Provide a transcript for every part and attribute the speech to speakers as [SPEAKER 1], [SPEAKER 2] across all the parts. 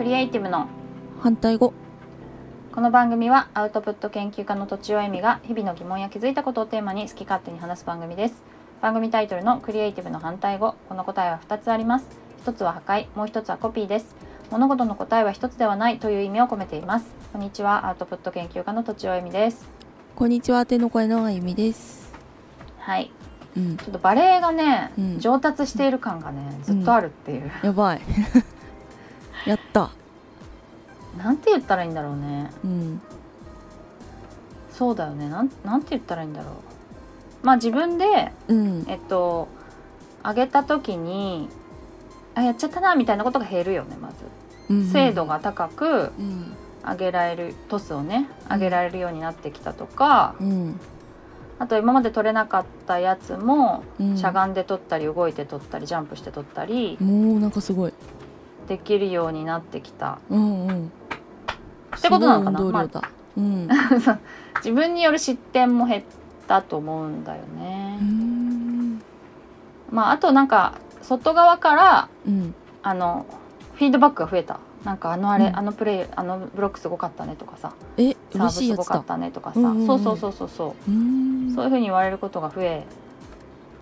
[SPEAKER 1] イティブの
[SPEAKER 2] 反対語
[SPEAKER 1] この番組はアウトプット研究家のとちおえみが日々の疑問や気づいたことをテーマに好き勝手に話す番組です番組タイトルのクリエイティブの反対語この答えは2つあります一つは破壊もう一つはコピーです物事の答えは一つではないという意味を込めていますこんにちはアウトプット研究家のとちおえみです
[SPEAKER 2] こんにちは手の声のあゆみです
[SPEAKER 1] はい
[SPEAKER 2] うん
[SPEAKER 1] ちょっとバレエがね、
[SPEAKER 2] うん
[SPEAKER 1] 上達している感がねずっとあるっていう、
[SPEAKER 2] やばい やった
[SPEAKER 1] なんて言ったらいいんだろうね
[SPEAKER 2] うん
[SPEAKER 1] そうだよねなんなんて言ったらいいんだろうまあ自分で
[SPEAKER 2] うん
[SPEAKER 1] えっと上げた時にあやっちゃったなみたいなことが減るよねま
[SPEAKER 2] うん
[SPEAKER 1] ず精度が高く
[SPEAKER 2] うん
[SPEAKER 1] 上げられるトスをね上げられるようになってきたとか
[SPEAKER 2] うん
[SPEAKER 1] あと今まで取れなかったやつも
[SPEAKER 2] うん
[SPEAKER 1] しゃがんで取ったり動いて取ったりジャンプして取ったり
[SPEAKER 2] もうなんかすごい
[SPEAKER 1] できるようになってきた
[SPEAKER 2] うんうん
[SPEAKER 1] ってことなのかな
[SPEAKER 2] すごい運動量だ、うん
[SPEAKER 1] そう自分による失点も減ったと思うんだよね
[SPEAKER 2] う。ん
[SPEAKER 1] まあ、あとなんか外側から
[SPEAKER 2] うん
[SPEAKER 1] あのフィードバックが増えたなんかあのあれ、
[SPEAKER 2] うん
[SPEAKER 1] あのプレーあのブロックすごかったねとかさ
[SPEAKER 2] え
[SPEAKER 1] サー
[SPEAKER 2] 嬉
[SPEAKER 1] ブ
[SPEAKER 2] しい
[SPEAKER 1] す
[SPEAKER 2] や
[SPEAKER 1] ご
[SPEAKER 2] つ
[SPEAKER 1] か
[SPEAKER 2] だ
[SPEAKER 1] ったねとか
[SPEAKER 2] うん
[SPEAKER 1] さ
[SPEAKER 2] うんうん
[SPEAKER 1] そうそうそうそうそううんそういうふうに言われることが増え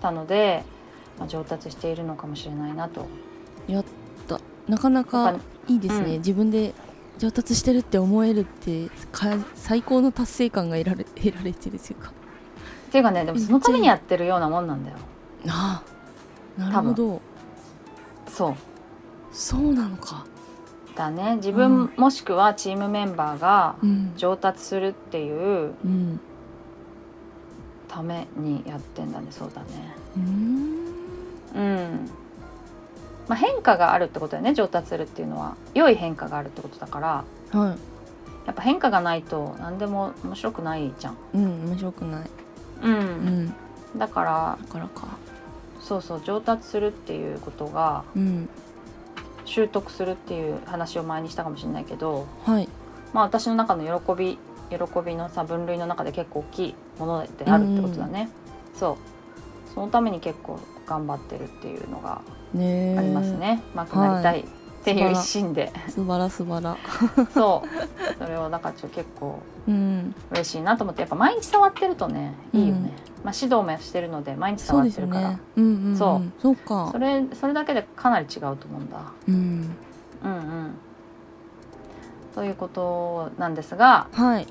[SPEAKER 1] たので、まあ、上達しているのかもしれないなと。
[SPEAKER 2] やったなかな
[SPEAKER 1] やっ
[SPEAKER 2] か
[SPEAKER 1] ぱ
[SPEAKER 2] いいですね、
[SPEAKER 1] うん
[SPEAKER 2] 自分で上達してるって思えるってか最高の達成感が得られ得られてるというか
[SPEAKER 1] っていうかねでもそのためにやってるようなもんなんだよ。
[SPEAKER 2] ああなるほど
[SPEAKER 1] そう
[SPEAKER 2] そうなのか
[SPEAKER 1] だね自分、もしくはチームメンバーが
[SPEAKER 2] うん
[SPEAKER 1] 上達するっていう
[SPEAKER 2] うん
[SPEAKER 1] ためにやってんだねそうだね。
[SPEAKER 2] うーん
[SPEAKER 1] うんまあ、変化があるってことだよね上達するっていうのは良い変化があるってことだから
[SPEAKER 2] は
[SPEAKER 1] やっぱ変化がないと何でも面白くないじゃん。
[SPEAKER 2] いうん面白くない
[SPEAKER 1] うん
[SPEAKER 2] うんだ
[SPEAKER 1] だから
[SPEAKER 2] からか
[SPEAKER 1] そうそう上達するっていうことが
[SPEAKER 2] うん
[SPEAKER 1] 習得するっていう話を前にしたかもしれないけど、
[SPEAKER 2] はい
[SPEAKER 1] まあ、私の中の喜び喜びのさ分類の中で結構大きいものであるってことだね。そうそのために結構頑張ってるっていうのが
[SPEAKER 2] ねえ
[SPEAKER 1] ありますね。うまくなりたいっていう一心で。
[SPEAKER 2] 素晴ら素晴ら
[SPEAKER 1] そうそれをだからちょっと結構
[SPEAKER 2] うん
[SPEAKER 1] 嬉しいなと思ってやっぱ毎日触ってるとねいいよね、まあ、指導もしてるので毎日
[SPEAKER 2] そ
[SPEAKER 1] 触
[SPEAKER 2] う
[SPEAKER 1] っ
[SPEAKER 2] です
[SPEAKER 1] て
[SPEAKER 2] よ
[SPEAKER 1] るから
[SPEAKER 2] ねうんうん、うん、
[SPEAKER 1] そう
[SPEAKER 2] そうか
[SPEAKER 1] それそれだけでかなり違うと思うんだ
[SPEAKER 2] うん
[SPEAKER 1] うんうんということなんです が
[SPEAKER 2] はい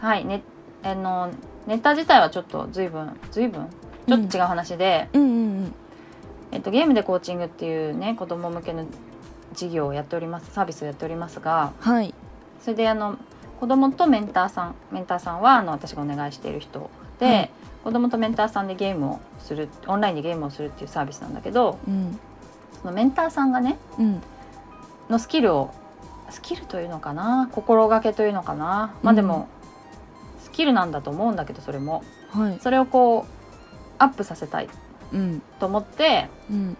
[SPEAKER 1] はいねあのネタ自体はちょっと随分随分ちょっと違う話で、
[SPEAKER 2] うんうんうん
[SPEAKER 1] えっと、ゲームでコーチングっていうね子ども向けの事業をやっておりますサービスをやっておりますが
[SPEAKER 2] はい
[SPEAKER 1] それであの子供とメンターさんメンターさんはあの私がお願いしている人で、
[SPEAKER 2] はい
[SPEAKER 1] 子供とメンターさんでゲームをするオンラインでゲームをするっていうサービスなんだけど
[SPEAKER 2] うん
[SPEAKER 1] そのメンターさんがね
[SPEAKER 2] うん
[SPEAKER 1] のスキルをスキルというのかな心がけというのかなまあでも、スキルなんだと思うんだけどそれも
[SPEAKER 2] はい
[SPEAKER 1] それをこうアップさせたい
[SPEAKER 2] うん
[SPEAKER 1] と思って
[SPEAKER 2] うん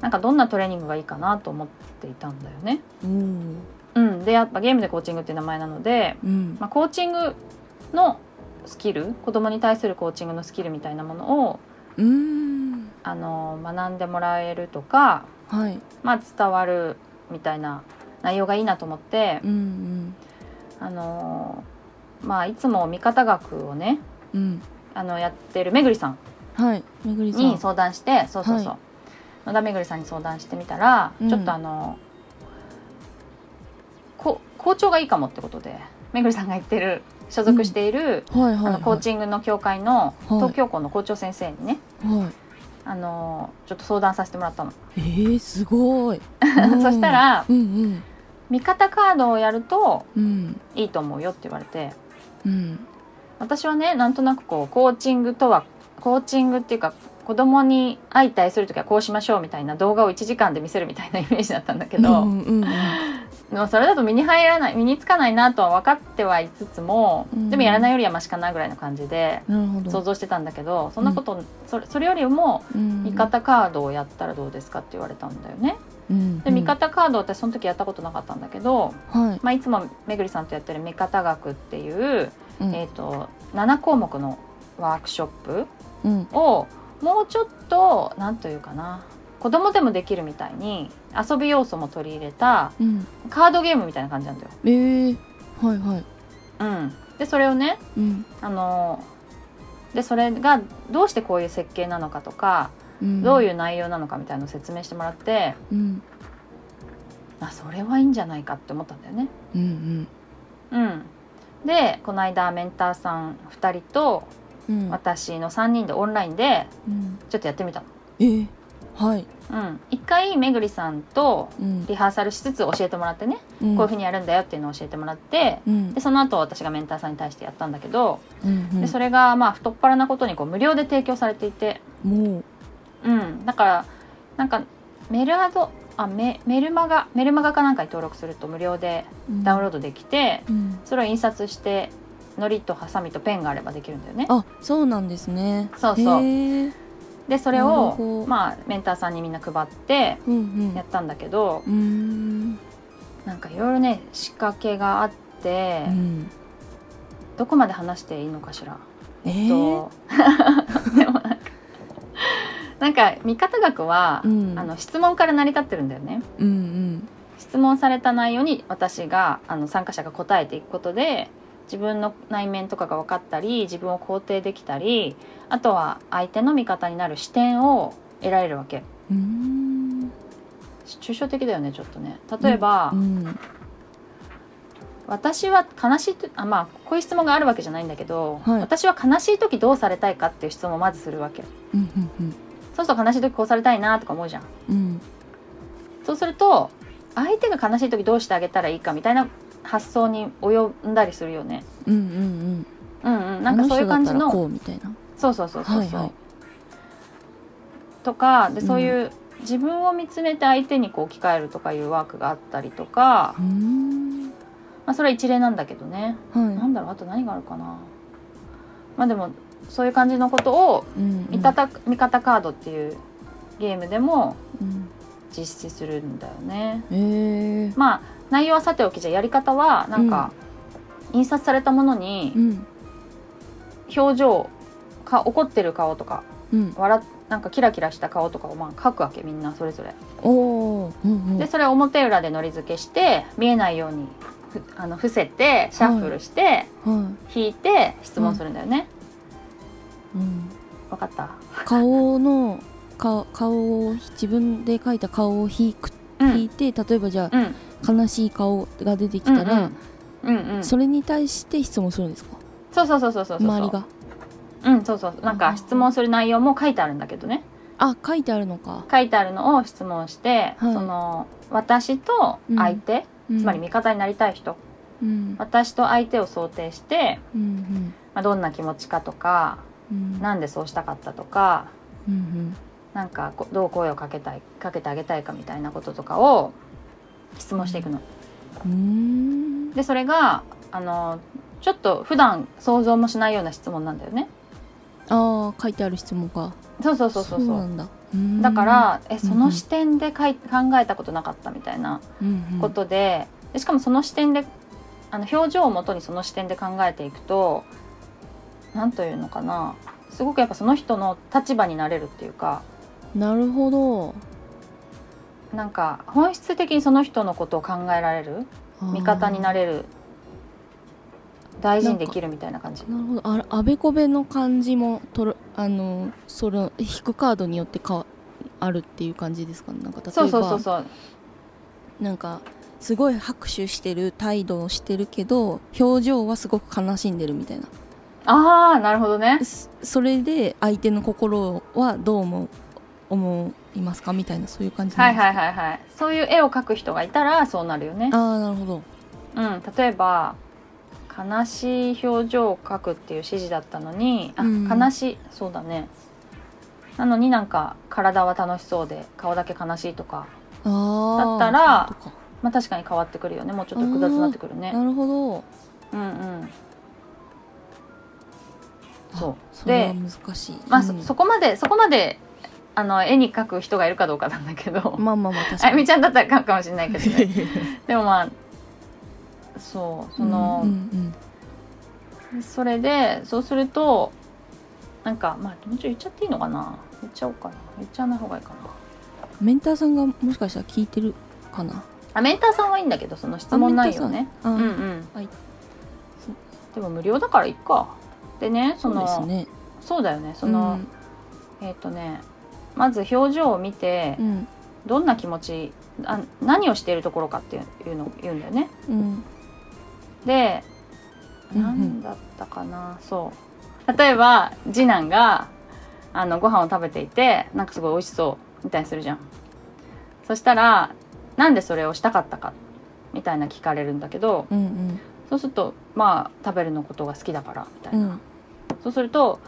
[SPEAKER 1] なんかどんなトレーニングがいいかなと思っていたんだよね。
[SPEAKER 2] おー
[SPEAKER 1] うん、でやっぱゲームでコーチングっていう名前なので
[SPEAKER 2] うん
[SPEAKER 1] まあ、コーチングのスキル子供に対するコーチングのスキルみたいなものを
[SPEAKER 2] うーん
[SPEAKER 1] あの学んでもらえるとか、
[SPEAKER 2] はい
[SPEAKER 1] まあ、伝わるみたいな内容がいいなと思って
[SPEAKER 2] う、ん
[SPEAKER 1] あのまあ、いつも見方学をね
[SPEAKER 2] うんうん
[SPEAKER 1] あのやってるめぐりさん
[SPEAKER 2] はいめぐりさん
[SPEAKER 1] に相談してそうそうそう、
[SPEAKER 2] は
[SPEAKER 1] 野田めぐりさんに相談してみたら、
[SPEAKER 2] うん
[SPEAKER 1] ちょっとあのこ校長がいいかもってことでめぐりさんが言ってる所属している、
[SPEAKER 2] はいはい
[SPEAKER 1] あ
[SPEAKER 2] は
[SPEAKER 1] の
[SPEAKER 2] い
[SPEAKER 1] コーチングの協会の
[SPEAKER 2] はい
[SPEAKER 1] 東京校の校長先生にね、
[SPEAKER 2] はい
[SPEAKER 1] あのーちょっと相談させてもらったの、
[SPEAKER 2] えー、すごい
[SPEAKER 1] そしたら
[SPEAKER 2] うんうん
[SPEAKER 1] 味方カードをやると
[SPEAKER 2] うん
[SPEAKER 1] いいと思うよって言われて
[SPEAKER 2] うん
[SPEAKER 1] 私はねなんとなくこうコーチングとはコーチングっていうか子供に相対する時はこうしましょうみたいな動画を1時間で見せるみたいな イメージだったんだけど、
[SPEAKER 2] うんうんうん
[SPEAKER 1] でもそれだと身に入らない身につかないなとは分かってはいつつも、
[SPEAKER 2] うん
[SPEAKER 1] でもやらないよりはマシかなぐらいの感じで
[SPEAKER 2] なるほど
[SPEAKER 1] 想像してたんだけどそんなこと、それそれよりも
[SPEAKER 2] うん
[SPEAKER 1] 味方カードをやったらどうですかって言われたんだよね。
[SPEAKER 2] うん
[SPEAKER 1] で味方カードを私その時やったことなかったんだけど、
[SPEAKER 2] うんはい
[SPEAKER 1] まあ、いつもめぐりさんとやってる「味方学」っていう、
[SPEAKER 2] うん
[SPEAKER 1] えー、と7項目のワークショップ
[SPEAKER 2] うん
[SPEAKER 1] をもうちょっと何というかな子供でもできるみたいに遊び要素も取り入れた
[SPEAKER 2] うん
[SPEAKER 1] カードゲームみたいな感じなんだよ。
[SPEAKER 2] えー、はいはい
[SPEAKER 1] うん、でそれをね
[SPEAKER 2] うん
[SPEAKER 1] あのでそれがどうしてこういう設計なのかとか
[SPEAKER 2] うん
[SPEAKER 1] どういうう内容なのかみたいなのを説明してもらって、
[SPEAKER 2] うん
[SPEAKER 1] あそれはいいんじゃないかって思ったんだよね。
[SPEAKER 2] うんうん
[SPEAKER 1] うん、でこの間メンターさん2人と
[SPEAKER 2] うん
[SPEAKER 1] 私の3人でオンラインで
[SPEAKER 2] うん
[SPEAKER 1] ちょっとやってみたの。
[SPEAKER 2] えー、はい
[SPEAKER 1] うん、1回めぐりさんと
[SPEAKER 2] うん
[SPEAKER 1] リハーサルしつつ教えてもらってね、
[SPEAKER 2] うん
[SPEAKER 1] こういうふうにやるんだよっていうのを教えてもらって
[SPEAKER 2] うん
[SPEAKER 1] でその後私がメンターさんに対してやったんだけど、
[SPEAKER 2] うんうん
[SPEAKER 1] でそれがまあ太っ腹なことにこう無料で提供されていて、
[SPEAKER 2] もう
[SPEAKER 1] うん、だからなんかメルアドあメメルマガメルマガかなんかに登録すると無料でダウンロー
[SPEAKER 2] ー
[SPEAKER 1] ドできて、
[SPEAKER 2] ドうん
[SPEAKER 1] それを印刷してのりとハサミとペンがあればできるんだよね。
[SPEAKER 2] あそうなんですね
[SPEAKER 1] そうそう
[SPEAKER 2] へー
[SPEAKER 1] でそれ
[SPEAKER 2] なる
[SPEAKER 1] を
[SPEAKER 2] ほど
[SPEAKER 1] まあメンターさんにみんな配って
[SPEAKER 2] うんうん
[SPEAKER 1] やったんだけど
[SPEAKER 2] うーん
[SPEAKER 1] なんかいろいろね仕掛けがあって
[SPEAKER 2] う、ん
[SPEAKER 1] どこまで話していいのかしら。
[SPEAKER 2] え
[SPEAKER 1] えっ
[SPEAKER 2] ー
[SPEAKER 1] と でもなんかなんか見方学は、
[SPEAKER 2] うん
[SPEAKER 1] あの質問から成り立ってるんだよね。
[SPEAKER 2] うんうん
[SPEAKER 1] 質問された内容に私があの参加者が答えていくことで自分の内面とかが分かったり自分を肯定できたりあとは相手の味方になる視点を得られるわけ
[SPEAKER 2] うーん
[SPEAKER 1] 抽象的だよねちょっとね例えば、
[SPEAKER 2] うん
[SPEAKER 1] 私
[SPEAKER 2] 私
[SPEAKER 1] は悲しいとあまあこういう質問があるわけじゃないんだけど、
[SPEAKER 2] はい
[SPEAKER 1] 私は悲しい時どうされたいかっていう質問をまずするわけ
[SPEAKER 2] うんうん
[SPEAKER 1] そうすると悲しい時こうされたいなとか思うじゃん
[SPEAKER 2] うん
[SPEAKER 1] そうすると相手が悲しい時どうしてあげたらいいかみたいな発想に及んだりするよね
[SPEAKER 2] うんうんうん
[SPEAKER 1] うんうん、なんかそういう感じ
[SPEAKER 2] あ
[SPEAKER 1] の
[SPEAKER 2] 人だったらこうみたいな
[SPEAKER 1] そうそうそうそうそう、
[SPEAKER 2] はいはい
[SPEAKER 1] とかで
[SPEAKER 2] うん
[SPEAKER 1] そういう、自分を見つめて相手にこう置き換えるとかいうワークがあったりとか
[SPEAKER 2] う、ーん
[SPEAKER 1] まあ、それは一例なんだけどね、な
[SPEAKER 2] は
[SPEAKER 1] んだろうあと何があるかなまあでもそういう感じのことを
[SPEAKER 2] いうん
[SPEAKER 1] 味方,、味方カードっていうゲームでも
[SPEAKER 2] うん
[SPEAKER 1] 実施するんだよね
[SPEAKER 2] へえ
[SPEAKER 1] まあ内容はさておきじゃやり方はなんか、印刷されたものに
[SPEAKER 2] うん
[SPEAKER 1] 表情か怒ってる顔とか
[SPEAKER 2] うん
[SPEAKER 1] 笑っなんかキラキラした顔とかをまあ描くわけみんなそれぞれ
[SPEAKER 2] おーうんう
[SPEAKER 1] で
[SPEAKER 2] ん
[SPEAKER 1] それを表裏でのり付けして見えないようにふあの伏せてシャッフルして
[SPEAKER 2] は
[SPEAKER 1] 引いて質問するんだよね、
[SPEAKER 2] いうん
[SPEAKER 1] わかった、
[SPEAKER 2] 顔の顔顔を自分で描いた顔を引く
[SPEAKER 1] うん、
[SPEAKER 2] 引いて例えばじゃあ
[SPEAKER 1] うん
[SPEAKER 2] 悲しい顔が出てきたら
[SPEAKER 1] うんうん、うんうん、そ
[SPEAKER 2] それに対して質問するんですか
[SPEAKER 1] うそうそうそうそうそう
[SPEAKER 2] 周りが
[SPEAKER 1] うんそうそうなんか質問する内容も書いてあるんだけどね
[SPEAKER 2] あ書いてあるのか
[SPEAKER 1] 書いてあるのを質問して、
[SPEAKER 2] はい
[SPEAKER 1] その私と相手、つまり味方になりたい人、
[SPEAKER 2] うん
[SPEAKER 1] 私と相手を想定して、
[SPEAKER 2] うん
[SPEAKER 1] まあ、どんな気持ちかとか
[SPEAKER 2] うん
[SPEAKER 1] なんでそうしたかったとか
[SPEAKER 2] うん
[SPEAKER 1] なんかこどう声をかけたいかけてあげたいかみたいなこととかを質問していくの。
[SPEAKER 2] うんうん
[SPEAKER 1] でそれがあのちょっと普段想像もしないような質問なんだよね。
[SPEAKER 2] ああ書いてある質問か
[SPEAKER 1] そうそうそうそうそう
[SPEAKER 2] なんだうん
[SPEAKER 1] だからえそ
[SPEAKER 2] うんう
[SPEAKER 1] の
[SPEAKER 2] ん
[SPEAKER 1] 視点でかい考えたことなかったみたいな
[SPEAKER 2] うんうん
[SPEAKER 1] ことで,、でしかもその視点であの表情をもとにその視点で考えていくと何というのかなすごくやっぱその人の立場になれるっていうか
[SPEAKER 2] なるほど
[SPEAKER 1] なんか本質的にその人のことを考えられる
[SPEAKER 2] あー
[SPEAKER 1] 味方になれる大事にできるみたいな感じ
[SPEAKER 2] なるほどあれあべこべの感じもとるあのその引くカードによってかわあるっていう感じですかねなんか例えば
[SPEAKER 1] そうそうそうそう
[SPEAKER 2] なんかすごい拍手してる態度をしてるけど表情はすごく悲しんでるみたいな
[SPEAKER 1] ああなるほどね
[SPEAKER 2] そそれで相手の心はどう思う思いますかみたいなそういう感じ
[SPEAKER 1] は
[SPEAKER 2] なん
[SPEAKER 1] い
[SPEAKER 2] ですか
[SPEAKER 1] はいはいはいそういう絵を描く人がいたらそうなるよね
[SPEAKER 2] ああなるほど
[SPEAKER 1] うん例えば悲しい表情を描くっていう指示だったのにあ、
[SPEAKER 2] うん
[SPEAKER 1] 悲しいそうだねなのになんか体は楽しそうで顔だけ悲しいとか
[SPEAKER 2] ああ
[SPEAKER 1] だったら
[SPEAKER 2] そういうこ
[SPEAKER 1] まあ確かに変わってくるよねもうちょっと複雑になってくる
[SPEAKER 2] と
[SPEAKER 1] ね
[SPEAKER 2] かなるほど
[SPEAKER 1] うんうんそう
[SPEAKER 2] それは難しい
[SPEAKER 1] まあ、そ
[SPEAKER 2] うん
[SPEAKER 1] そこまでそこまであの絵に描く人がいるかどうかなんだけど、
[SPEAKER 2] まあまあまあ確
[SPEAKER 1] あ
[SPEAKER 2] か
[SPEAKER 1] ゆみ
[SPEAKER 2] に
[SPEAKER 1] ちゃんだったら描くかもしれないけど ねでもまあそうその、
[SPEAKER 2] うんうん
[SPEAKER 1] それでそうするとなんかまあもうちょい言っちゃっていいのかな言っちゃおうかな言っちゃわない方がいいかな
[SPEAKER 2] メンターさんがもしかしたら聞いてるかな
[SPEAKER 1] あメンターさんはいいんだけどその質問内容ね
[SPEAKER 2] あ、
[SPEAKER 1] うんうん、
[SPEAKER 2] はいそう
[SPEAKER 1] でも無料だからいっかでねそ
[SPEAKER 2] そう
[SPEAKER 1] の
[SPEAKER 2] で
[SPEAKER 1] そ
[SPEAKER 2] す
[SPEAKER 1] う,、
[SPEAKER 2] ね
[SPEAKER 1] だよねその、えっ、とねまず表情を見て、
[SPEAKER 2] うんうん
[SPEAKER 1] どんな気持ちあ何をしているところかっていうのを言うんだよね
[SPEAKER 2] うん
[SPEAKER 1] で
[SPEAKER 2] うんう
[SPEAKER 1] 何
[SPEAKER 2] ん
[SPEAKER 1] だったかな、そう例えば次男があのご飯を食べていてなんかすごい美味しそうみたいにするじゃんそしたらなんでそれをしたかったかみたいな聞かれるんだけど
[SPEAKER 2] うんうん
[SPEAKER 1] そうするとまあ食べるのことが好きだからみたいうな、
[SPEAKER 2] ん
[SPEAKER 1] そうすると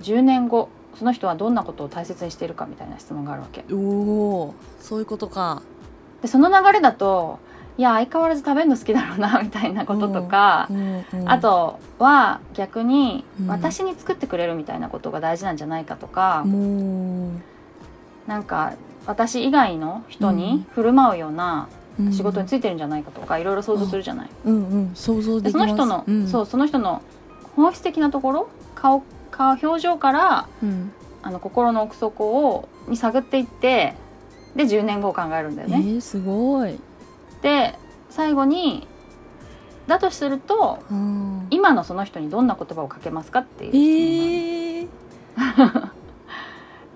[SPEAKER 1] 10年後その人はどんなことを大切にしているかみたいな質問があるわけ
[SPEAKER 2] おおそういうことか
[SPEAKER 1] でその流れだといや相変わらず食べるの好きだろうなみたいなこととか、
[SPEAKER 2] うんうん
[SPEAKER 1] あとは逆に
[SPEAKER 2] うん
[SPEAKER 1] 私に作ってくれるみたいなことが大事なんじゃないかとか、
[SPEAKER 2] もう
[SPEAKER 1] なんか私以外の人に振る舞うような
[SPEAKER 2] うん
[SPEAKER 1] 仕事についてるんじゃないかとかいろいろ想像するじゃない。
[SPEAKER 2] うんうん想像
[SPEAKER 1] で
[SPEAKER 2] でき
[SPEAKER 1] その
[SPEAKER 2] ます
[SPEAKER 1] 人の、
[SPEAKER 2] うん、
[SPEAKER 1] そうその人の本質的なところ顔顔表情から
[SPEAKER 2] うん、
[SPEAKER 1] あの心の奥底をに探っていってで10年後を考えるんだよ
[SPEAKER 2] え
[SPEAKER 1] ね。
[SPEAKER 2] ー、すごい
[SPEAKER 1] で最後にだとすると
[SPEAKER 2] うん
[SPEAKER 1] 今のその人にどんな言葉をかけますかっていう質問なんだよね
[SPEAKER 2] えー、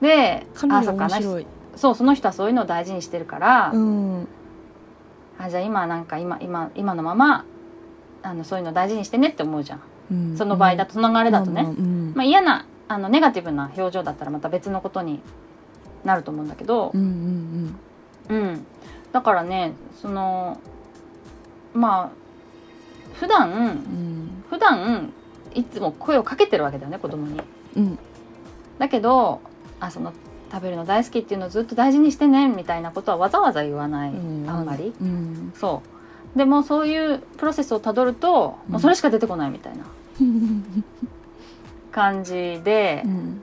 [SPEAKER 1] で、
[SPEAKER 2] かな
[SPEAKER 1] あ
[SPEAKER 2] り
[SPEAKER 1] そっか
[SPEAKER 2] 面
[SPEAKER 1] あの人
[SPEAKER 2] 白い
[SPEAKER 1] そうその人はそういうのを大事にしてるから、
[SPEAKER 2] うん
[SPEAKER 1] あじゃあ今なんか今今今のままあのそういうのを大事にしてねって思うじゃん。
[SPEAKER 2] うん
[SPEAKER 1] その場合だ
[SPEAKER 2] と
[SPEAKER 1] と、その流れだと
[SPEAKER 2] まあまあ
[SPEAKER 1] ね、
[SPEAKER 2] うん
[SPEAKER 1] まあ、嫌なあのネガティブな表情だったらまた別のことになると思うんだけど
[SPEAKER 2] う、んうん
[SPEAKER 1] うん、だからねそのまあ普段
[SPEAKER 2] うんうん
[SPEAKER 1] 普段いつも声をかけてるわけだよね子供に。
[SPEAKER 2] うん
[SPEAKER 1] だけどあその食べるの大好きっていうのをずっと大事にしてねみたいなことはわざわざ言わない、
[SPEAKER 2] うん
[SPEAKER 1] あんまり
[SPEAKER 2] うん
[SPEAKER 1] そうでもそういうプロセスをたどると、
[SPEAKER 2] うん
[SPEAKER 1] もうそれしか出てこないみたいな
[SPEAKER 2] うん
[SPEAKER 1] 感じで、
[SPEAKER 2] うん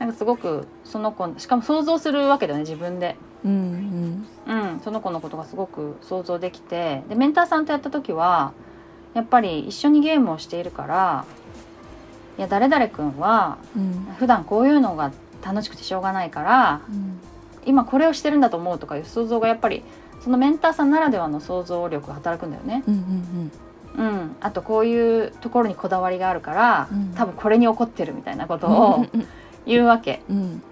[SPEAKER 1] なんかすごくその子しかも想像するわけだよね自分で、
[SPEAKER 2] うん
[SPEAKER 1] うん、その子のことがすごく想像できてでメンターさんとやった時はやっぱり一緒にゲームをしているからいや誰々君は
[SPEAKER 2] うん
[SPEAKER 1] 普段こういうのが楽しくてしょうがないから
[SPEAKER 2] うん
[SPEAKER 1] 今これをしてるんだと思うとかいう想像がやっぱりそのメンターさんならではの想像力が働くんだよね。
[SPEAKER 2] うんう
[SPEAKER 1] う
[SPEAKER 2] ん
[SPEAKER 1] ん、あとこういうところにこだわりがあるから、
[SPEAKER 2] うん
[SPEAKER 1] 多分これに怒ってるみたいなことを 言うわけ
[SPEAKER 2] うん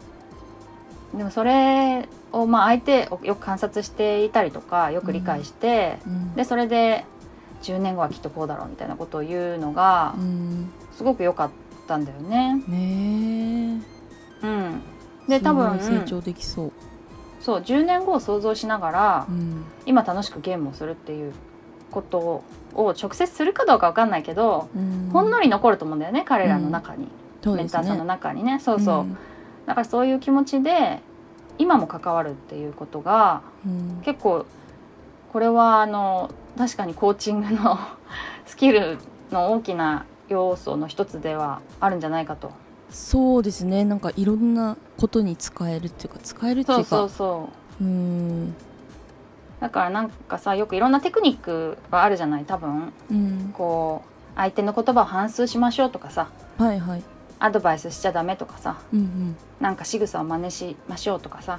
[SPEAKER 1] でもそれをまあ相手をよく観察していたりとかよく理解して、
[SPEAKER 2] うん
[SPEAKER 1] でそれで10年後はきっとこうだろうみたいなことを言うのが
[SPEAKER 2] うん
[SPEAKER 1] すごく良かったんだよね。
[SPEAKER 2] ね
[SPEAKER 1] うん、
[SPEAKER 2] え
[SPEAKER 1] で多分
[SPEAKER 2] すごい成長できそう
[SPEAKER 1] そう10年後を想像しながら、
[SPEAKER 2] うん
[SPEAKER 1] 今楽しくゲームをするっていうことを直接するかどうかわかんないけど、
[SPEAKER 2] うん
[SPEAKER 1] ほんのり残ると思うんだよね彼らの中に、
[SPEAKER 2] そう
[SPEAKER 1] メ
[SPEAKER 2] で
[SPEAKER 1] ン
[SPEAKER 2] す
[SPEAKER 1] ター
[SPEAKER 2] ね
[SPEAKER 1] さんの中にねそうそう、
[SPEAKER 2] ん
[SPEAKER 1] だからそういう気持ちで今も関わるっていうことが
[SPEAKER 2] うん
[SPEAKER 1] 結構これはあの確かにコーチングの スキルの大きな要素の一つではあるんじゃないかと
[SPEAKER 2] そうですねなんかいろんなことに使えるっていうか使えるってい
[SPEAKER 1] そうう
[SPEAKER 2] か
[SPEAKER 1] そうそう
[SPEAKER 2] うん
[SPEAKER 1] だからなんかさよくいろんなテクニックはあるじゃない多分
[SPEAKER 2] うん
[SPEAKER 1] こう相手の言葉を反数しましょうとかさ
[SPEAKER 2] はいはい
[SPEAKER 1] アドバイスしちゃダメとかさ
[SPEAKER 2] うん
[SPEAKER 1] なんか仕草を真似しましょうとかさ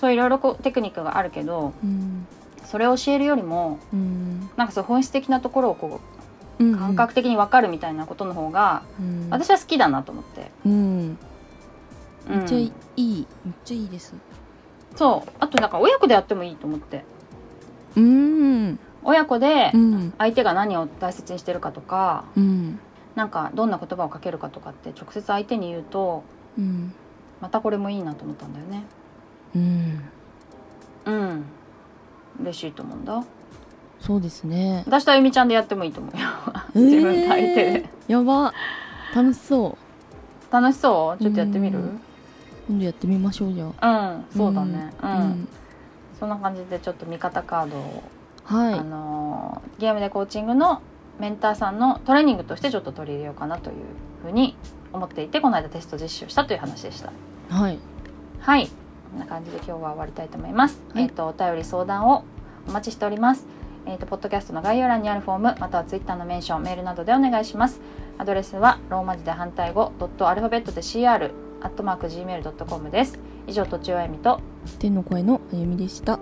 [SPEAKER 1] そういろいろこうテクニックがあるけど
[SPEAKER 2] うんうん
[SPEAKER 1] それを教えるよりも
[SPEAKER 2] うん
[SPEAKER 1] なんかそう本質的なところをこ
[SPEAKER 2] うん
[SPEAKER 1] う感覚的に分かるみたいなことの方が
[SPEAKER 2] うん
[SPEAKER 1] 私は好きだなと思って、
[SPEAKER 2] うん
[SPEAKER 1] う
[SPEAKER 2] めっちゃい
[SPEAKER 1] ん、
[SPEAKER 2] いめっちゃいいです
[SPEAKER 1] そうあとなんか親子でやってもいいと思って
[SPEAKER 2] うん
[SPEAKER 1] 親子で
[SPEAKER 2] うん
[SPEAKER 1] 相手が何を大切にしてるかとか
[SPEAKER 2] うん
[SPEAKER 1] なんかどんな言葉をかけるかとかって直接相手に言うと
[SPEAKER 2] うん
[SPEAKER 1] またこれもいいなと思ったんだよね
[SPEAKER 2] うん
[SPEAKER 1] うん嬉しいと思うんだ
[SPEAKER 2] そうですね
[SPEAKER 1] 私とあゆみちゃんでやってもいいと思うよ自分と相手で、
[SPEAKER 2] えーやば楽しそう
[SPEAKER 1] 楽しそうちょっとやってみるう
[SPEAKER 2] うんん、今度やってみましょうじゃ
[SPEAKER 1] そうだねう
[SPEAKER 2] あ
[SPEAKER 1] ん、そんな感じでちょっと味方カードを
[SPEAKER 2] は
[SPEAKER 1] あ
[SPEAKER 2] い
[SPEAKER 1] のーゲームでコーチングのメンターさんのトレーニングとしてちょっと取り入れようかなというふうに思っていてこの間テスト実習したという話でした
[SPEAKER 2] はい
[SPEAKER 1] はいこんな感じで今日は終わりたいと思います、
[SPEAKER 2] はい
[SPEAKER 1] えっ、とお便り相談をお待ちしておりますえっ、とポッドキャストの概要欄にあるフォームまたはツイッターのメンションメールなどでお願いしますアドレスはローマ字で反対語ドットアルファベットで CR アットマーク gmail.com です以上とちおえみと
[SPEAKER 2] 天の声のあゆみでした